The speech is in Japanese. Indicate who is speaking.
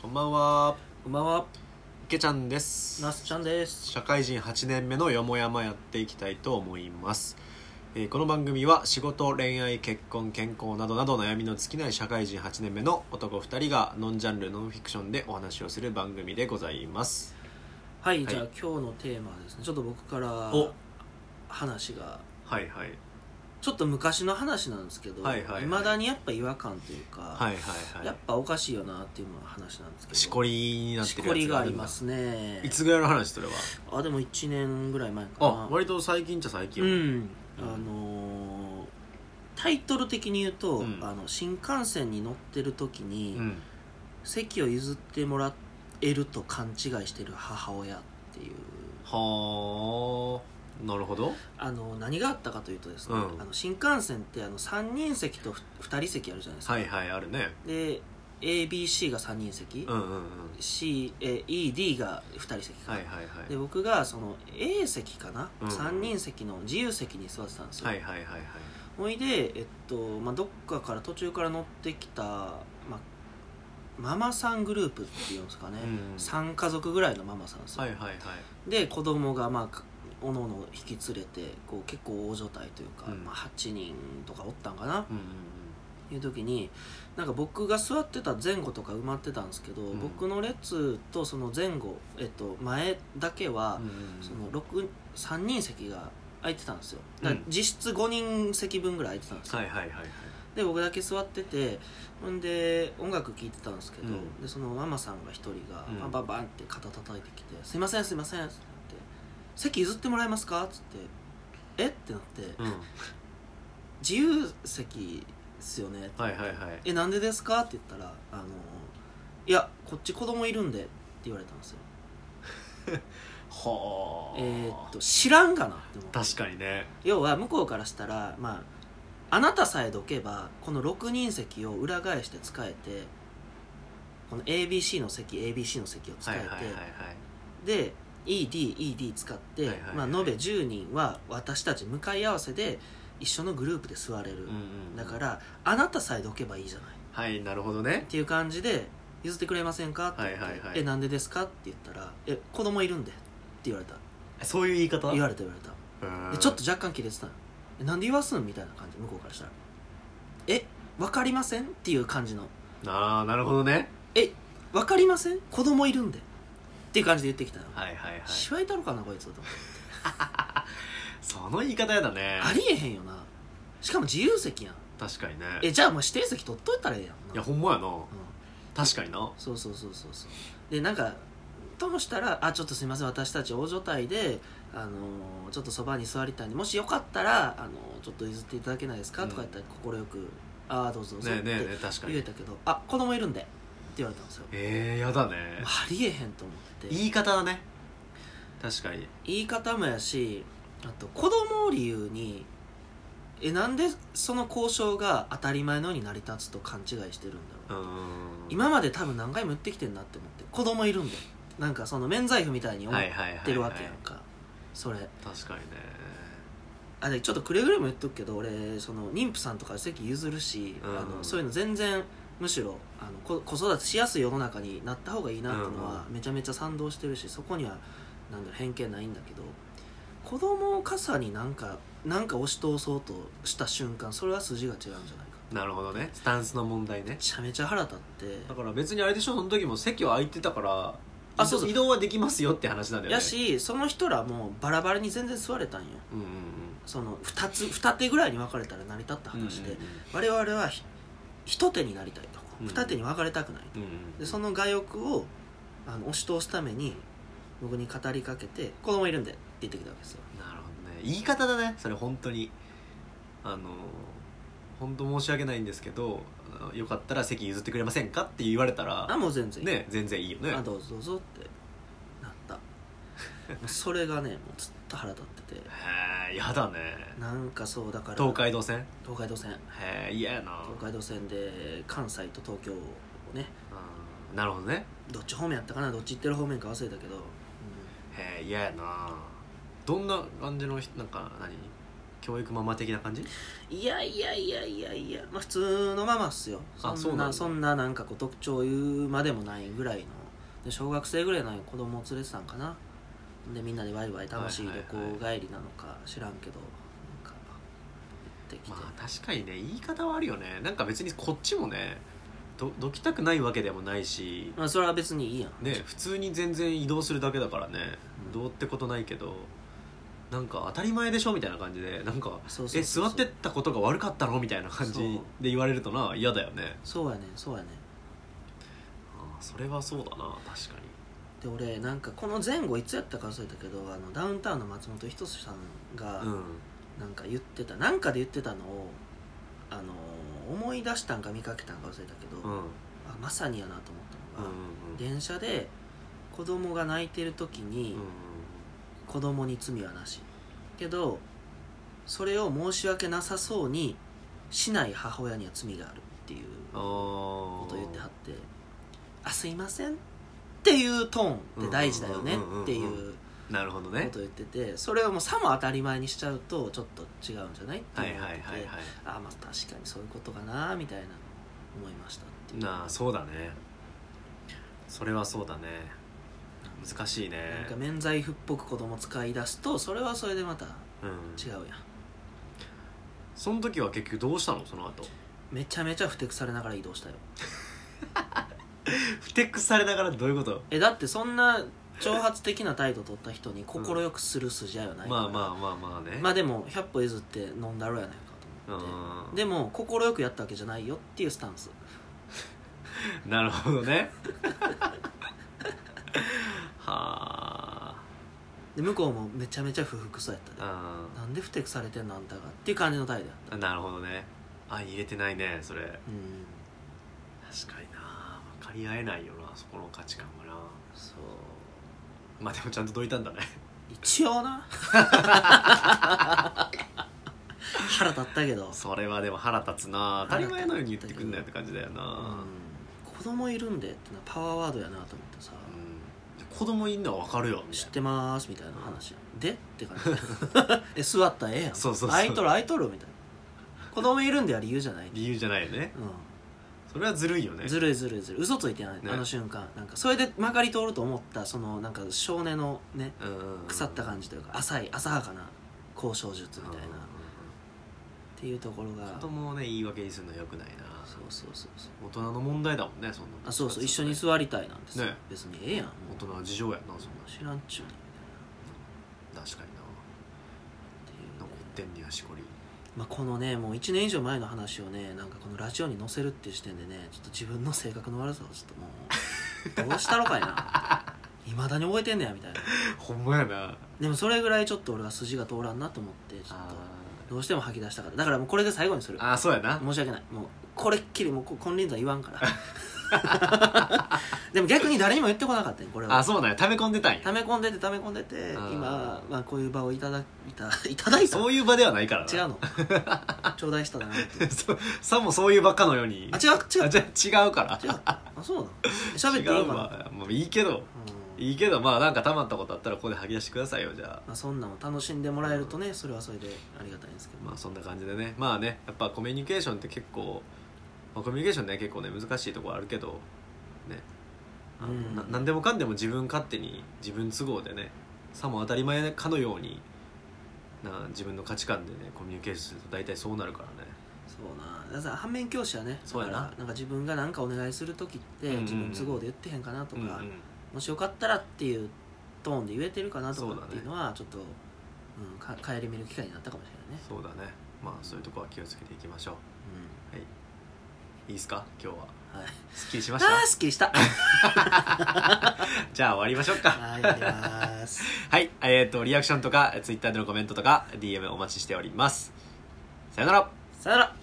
Speaker 1: こんばんは、
Speaker 2: こんばんは、
Speaker 1: けちゃんです。
Speaker 2: なすちゃんです。
Speaker 1: 社会人8年目のよもやまやっていきたいと思います。えーこの番組は仕事、恋愛、結婚、健康などなど悩みの尽きない社会人8年目の男2人がノンジャンルノンフィクションでお話をする番組でございます。
Speaker 2: はい、
Speaker 1: はい
Speaker 2: じゃあ今日のテーマはですね、ちょっと僕から
Speaker 1: お
Speaker 2: 話が、
Speaker 1: はいはい。
Speaker 2: ちょっと昔の話なんですけど、
Speaker 1: はいはいはい
Speaker 2: 未だにやっぱ違和感というか、
Speaker 1: はいはいは
Speaker 2: やっ
Speaker 1: い。
Speaker 2: ぱおかしいよなっていうのは話なんですけど、
Speaker 1: しこりになって
Speaker 2: し
Speaker 1: る
Speaker 2: こり
Speaker 1: やつ
Speaker 2: があ
Speaker 1: る
Speaker 2: り
Speaker 1: んだ
Speaker 2: ますね。
Speaker 1: いつぐらいの話それは
Speaker 2: あ、でも1年ぐらい前かな。
Speaker 1: あ、割と最近じゃ最近。
Speaker 2: う
Speaker 1: うん
Speaker 2: ん、あのータイトル的に言うと、
Speaker 1: うん
Speaker 2: あの新幹線に乗ってる時に、
Speaker 1: うん。
Speaker 2: 席を譲ってもらえると勘違いしてる母親っていう
Speaker 1: はあ、なるほど。
Speaker 2: あの何があったかというとですね、
Speaker 1: うん
Speaker 2: あの新幹線ってあの3人席と2人席あるじゃないですか、
Speaker 1: はいはい、あるね。
Speaker 2: で ABC が3人席、
Speaker 1: うんうんうん。
Speaker 2: C え ED が2人席か、
Speaker 1: はいはいはい。
Speaker 2: で僕がその A 席かな、
Speaker 1: うん
Speaker 2: 3人席の自由席に座ってたんですよ、
Speaker 1: はいはいはいはい。
Speaker 2: ほいで、えっとまあ、どっかから途中から乗ってきた、まあ、ママさんグループっていうんですかね、
Speaker 1: うん
Speaker 2: 3家族ぐらいのママさんですよ、
Speaker 1: はいはいはい。
Speaker 2: で子供がまあかおのおの引き連れてこう結構大所帯というか、
Speaker 1: うん
Speaker 2: まあ、8人とかおったんかな
Speaker 1: うんうん
Speaker 2: いう時になんか僕が座ってた前後とか埋まってたんですけど、
Speaker 1: うん
Speaker 2: 僕の列とその前後、えっと、前だけは、
Speaker 1: うん。
Speaker 2: その六3人席が空いてたんですよだから
Speaker 1: うん
Speaker 2: 実質5人席分ぐらい空いてたんですよ、
Speaker 1: はいはいはいはい。
Speaker 2: で僕だけ座っててほんで音楽聴いてたんですけど、
Speaker 1: うん
Speaker 2: でそのママさんが一人が
Speaker 1: うん
Speaker 2: バンバンバンって肩叩いてきて「すいませんすいません」って言って「席譲ってもらえますか?」っつって「えっ?」てなって
Speaker 1: うん。
Speaker 2: 「自由席っすよね」
Speaker 1: はいはいはい。
Speaker 2: えなんでですか?」って言ったら「あのいやこっち子供いるんで」って言われたんですよ
Speaker 1: はあ。
Speaker 2: えーっと知らんがなって思って
Speaker 1: 確かにね。
Speaker 2: 要は向こうからしたらまああなたさえどけばこの6人席を裏返して使えてこの ABC の席 ABC の席を使
Speaker 1: は
Speaker 2: え
Speaker 1: い
Speaker 2: て、
Speaker 1: はいはいはい。
Speaker 2: で EDED 使って、
Speaker 1: はいはいはい
Speaker 2: まあ、延べ10人は私たち向かい合わせで一緒のグループで座れる、
Speaker 1: うんうん。
Speaker 2: だか。らあなたさえどけばいいじゃな
Speaker 1: は
Speaker 2: い
Speaker 1: い、なるほどね
Speaker 2: っ。ていう感じで譲ってくれませんかって言って、
Speaker 1: はいはいはい
Speaker 2: えなんでですかって言ったらえ子供いるんでって言われた
Speaker 1: そういう言い方
Speaker 2: 言われた言われた
Speaker 1: うん
Speaker 2: でちょっと若干切れてたのえなんで言わすんみたいな感じ向こうからしたらえわかりませんっていう感じの
Speaker 1: ああ、なるほどね。
Speaker 2: えわかりません子供いるんでっていう感じで言ってきたの、
Speaker 1: はいはいはい。
Speaker 2: しわいたろかなこいつと思って
Speaker 1: その言い方やだね。
Speaker 2: ありえへんよなしかも自由席やん
Speaker 1: 確かにね。
Speaker 2: えじゃあもう指定席取っといたらええやんない
Speaker 1: や、ほんまやな。
Speaker 2: うん
Speaker 1: 確かにな。
Speaker 2: そうそうそうそうそうでなんかともしたら「あちょっとすいません私たち大所帯で、あのーちょっとそばに座りたいんでもしよかったら、あのーちょっと譲っていただけないですか?」とか言ったら快く「ああどうぞどうぞ」
Speaker 1: ね
Speaker 2: っ
Speaker 1: えねえね
Speaker 2: て
Speaker 1: え、確か
Speaker 2: 言え
Speaker 1: に。
Speaker 2: たけど「あ子供いるんで」って言われたんですよ
Speaker 1: ええ、やだね。
Speaker 2: ありえへんと思って
Speaker 1: 言い方だね。確かに。
Speaker 2: 言い方もやしあと子供を理由にえなんでその交渉が当たり前のように成り立つと勘違いしてるんだろう
Speaker 1: うーん。
Speaker 2: 今まで多分何回も言ってきてんなって思って子供いるんでなんかその免罪符みたいに思っ
Speaker 1: はいはいはいはい
Speaker 2: てるわけやんかそれ
Speaker 1: 確かにね。
Speaker 2: あでちょっとくれぐれも言っとくけど俺その妊婦さんとか席譲るし、
Speaker 1: うん
Speaker 2: あのそういうの全然むしろあのこ子育てしやすい世の中になった方がいいなってのはめちゃめちゃ賛同してるしそこにはなんだろう偏見ないんだけど子供を傘になんかなんか押し通そうとした瞬間それは筋が違うんじゃないか
Speaker 1: なるほどね。スタンスの問題ね
Speaker 2: め。ちゃめちゃ腹立って
Speaker 1: だから別にあれでしょその時も席は空いてたから
Speaker 2: あそうそう
Speaker 1: 移動はできますよって話なんだよね
Speaker 2: やしその人らもバラバラに全然座れたんよ
Speaker 1: うんうんうん
Speaker 2: その2つ二手ぐらいに分かれたら成り立った話で、
Speaker 1: うん
Speaker 2: 我々はひ一手になりたいと
Speaker 1: うん
Speaker 2: 二手に分かれたくない
Speaker 1: うんうん
Speaker 2: でその我欲をあの押し通すために僕に語りかけて「子供いるんで」って言ってきたわけですよ
Speaker 1: なるほどね言い方だねそれ本当にあのー本当申し訳ないんですけどあのよかったら席譲ってくれませんかって言われた
Speaker 2: あ
Speaker 1: ら
Speaker 2: もう全然いい、
Speaker 1: ね全然いいよね
Speaker 2: あどうぞどうぞってなったもうそれがねもうずっと腹立ってて
Speaker 1: へえやだね
Speaker 2: なんかそうだから
Speaker 1: 東海道線
Speaker 2: 東海道線
Speaker 1: へえ嫌やな
Speaker 2: 東海道線で関西と東京をね
Speaker 1: うんなるほどね
Speaker 2: どっち方面やったかなどっち行ってる方面か忘れたけど、
Speaker 1: へえ嫌やなどんな感じの人なんか何教育ママ的な感じ
Speaker 2: いやいやいやいやいや、まあ、普通のママっすよ
Speaker 1: あそ
Speaker 2: そ
Speaker 1: うんなん
Speaker 2: な
Speaker 1: だ
Speaker 2: そんななんかこう特徴言うまでもないぐらいので小学生ぐらいの子供を連れてたんかなでみんなでワイワイ楽しい
Speaker 1: はい
Speaker 2: 旅
Speaker 1: はい
Speaker 2: 行帰りなのか知らんけどなんか行ってきて、
Speaker 1: まあ確かにね言い方はあるよねなんか別にこっちもねどどきたくないわけでもないし
Speaker 2: まあ、それは別にいいやん
Speaker 1: ね普通に全然移動するだけだからね
Speaker 2: うん
Speaker 1: どうってことないけどなんか当たり前でしょみたいな感じでなんか
Speaker 2: そうそう
Speaker 1: え
Speaker 2: そう
Speaker 1: 座ってったことが悪かったのみたいな感
Speaker 2: そう
Speaker 1: じで言われるとな嫌だよね
Speaker 2: そうやねそうやね
Speaker 1: あーそれはそうだな確かに
Speaker 2: で俺なんかこの前後いつやったか忘れたけどあのダウンタウンの松本人志さんが
Speaker 1: うん
Speaker 2: なんか言ってた、なんかで言ってたのをあの思い出したんか見かけたんか忘れたけど、
Speaker 1: うんうん
Speaker 2: あまさにやなと思ったのが、
Speaker 1: うん
Speaker 2: 電車で子供が泣いてる時に、子供に罪はなしけどそれを申し訳なさそうにしない母親には罪があるっていう
Speaker 1: あ
Speaker 2: こ
Speaker 1: ー
Speaker 2: とを言ってはって「あすいません」っていうトーンって大事だよねって
Speaker 1: うんうんうんうん
Speaker 2: いう
Speaker 1: なるほど
Speaker 2: こ
Speaker 1: ね
Speaker 2: とを言っててそれをもうさも当たり前にしちゃうとちょっと違うんじゃないって
Speaker 1: はいいうは
Speaker 2: の
Speaker 1: い
Speaker 2: があ
Speaker 1: はい
Speaker 2: って
Speaker 1: は
Speaker 2: あまあ確かにそういうことかなみたいなのを思いましたってい
Speaker 1: いうなあそうだねそれはそうだね難しいね
Speaker 2: なんか免罪符っぽく子供使い出すとそれはそれでまた
Speaker 1: うん
Speaker 2: 違うやん
Speaker 1: その時は結局どうしたのその 後
Speaker 2: めちゃめちゃふてくされながら移動したよ
Speaker 1: ふてくされながらどういうこと
Speaker 2: えだってそんな挑発的な態度取った人に快くする筋合いはないから、
Speaker 1: まあまあまあまあね
Speaker 2: まあでも100歩譲って飲んだろうやないかと思っ
Speaker 1: う
Speaker 2: て
Speaker 1: ん
Speaker 2: でも快くやったわけじゃないよっていうスタンス
Speaker 1: なるほど ねはあ
Speaker 2: で向こうもめちゃめちゃ不服そうやったで
Speaker 1: あ
Speaker 2: なんでふてくされてんのあんたがっていう感じの態度やった
Speaker 1: ーなるほどねあ入れてないねそれ
Speaker 2: うん
Speaker 1: 確かにな分かり合えないよなそこの価値観はな
Speaker 2: そう
Speaker 1: まあでもちゃんとどいたんだね
Speaker 2: 一応な腹立ったけど、
Speaker 1: それはでも腹立つな当たり前のように言ってくんなよって感じだよ
Speaker 2: う
Speaker 1: な、
Speaker 2: ん、子供いるんでってのはパワーワードやなと思ってさ、
Speaker 1: うん、子供いんのは分かるよみ
Speaker 2: 知った
Speaker 1: い
Speaker 2: てますみたいな話でっ て感じえ座ったらええやん
Speaker 1: そうそうそう
Speaker 2: 空いとる空いとるみたいな子供いるんでは理由じゃない、
Speaker 1: な理由じゃないよね
Speaker 2: う
Speaker 1: それはずるいよね
Speaker 2: ん、ずるいずるいずるい嘘ついてな
Speaker 1: ね
Speaker 2: い、あの瞬間なんかそれで曲がり通ると思ったそのなんか少年のね
Speaker 1: うんうんうん
Speaker 2: 腐った感じというか浅い浅はかな交渉術みたいな、
Speaker 1: うんうん
Speaker 2: っ
Speaker 1: う
Speaker 2: ていうところ
Speaker 1: ん
Speaker 2: が
Speaker 1: 子供をね言い訳にするのはよくないな
Speaker 2: そうそうそうそう
Speaker 1: 大人の問題だもんねそんなの
Speaker 2: あそうそう一緒に座りたいなんですよ、
Speaker 1: ね
Speaker 2: 別にええやんも
Speaker 1: 大
Speaker 2: う
Speaker 1: 人は事情やなそんな
Speaker 2: 知らんっちゅうねんみ
Speaker 1: 確かにな
Speaker 2: たいな
Speaker 1: 残
Speaker 2: っていう、
Speaker 1: ってんねやしこり
Speaker 2: まあ、このねもう1年以上前の話をねなんかこのラジオに載せるっていう時点でねちょっと自分の性格の悪さをちょっともうどうしたろかい ないまだに覚えてんねやみたいな
Speaker 1: ほんまやな
Speaker 2: でもそれぐらいちょっと俺は筋が通らんなと思ってちょっ
Speaker 1: あ
Speaker 2: とどうしても吐き出したからだからもうこれで最後にする
Speaker 1: ーあーそうやな
Speaker 2: 申し訳ないもうこれっきりもうこ金輪際言わんから でも逆に誰にも言ってこなかったねこれは
Speaker 1: あそうなんや溜め込んでたんや
Speaker 2: 溜め込んでて溜め込んでて
Speaker 1: あー
Speaker 2: 今、まあ、こういう場をいただいた いただいた
Speaker 1: そういう場ではないからな
Speaker 2: 違うの頂戴したなっ て
Speaker 1: そうさもそういうばっかのように
Speaker 2: あ違う違
Speaker 1: あ
Speaker 2: う
Speaker 1: じゃあ違うから
Speaker 2: 違うあそうなの喋っていい
Speaker 1: 違う
Speaker 2: かな、
Speaker 1: わもういいけど
Speaker 2: うん
Speaker 1: いいけどまあなんかたまったことあったらここで吐き出してくださいよじゃあ
Speaker 2: まあ、そんなの楽しんでもらえるとねそれはそれでありがたいんですけど、
Speaker 1: まあそんな感じでねまあねやっぱコミュニケーションって結構、まあ、コミュニケーションね結構ね難しいところあるけどねあの
Speaker 2: うん
Speaker 1: な何でもかんでも自分勝手に自分都合でねさも当たり前かのようにな自分の価値観でねコミュニケーションすると大体そうなるからね
Speaker 2: そうなだから反面教師はね
Speaker 1: そうやな
Speaker 2: だからなんか自分が何かお願いする時って
Speaker 1: うんうんうん
Speaker 2: 自分都合で言ってへんかなとか、
Speaker 1: うんうん
Speaker 2: もしよかったらっていうトーンで言えてるかなと
Speaker 1: そう
Speaker 2: か
Speaker 1: だ
Speaker 2: っ
Speaker 1: ね
Speaker 2: ていうのはちょっと、うん、か帰り見る機会になったかもしれないね、
Speaker 1: そうだねまあそういうとこは気をつけていきましょう
Speaker 2: う
Speaker 1: いいですか今日は
Speaker 2: んはい、
Speaker 1: すっきりしました
Speaker 2: あーすっきりした
Speaker 1: じゃあ終わりましょうか
Speaker 2: はいやります
Speaker 1: はいえっ、とリアクションとか Twitter でのコメントとか DM お待ちしておりますさよなら
Speaker 2: さよなら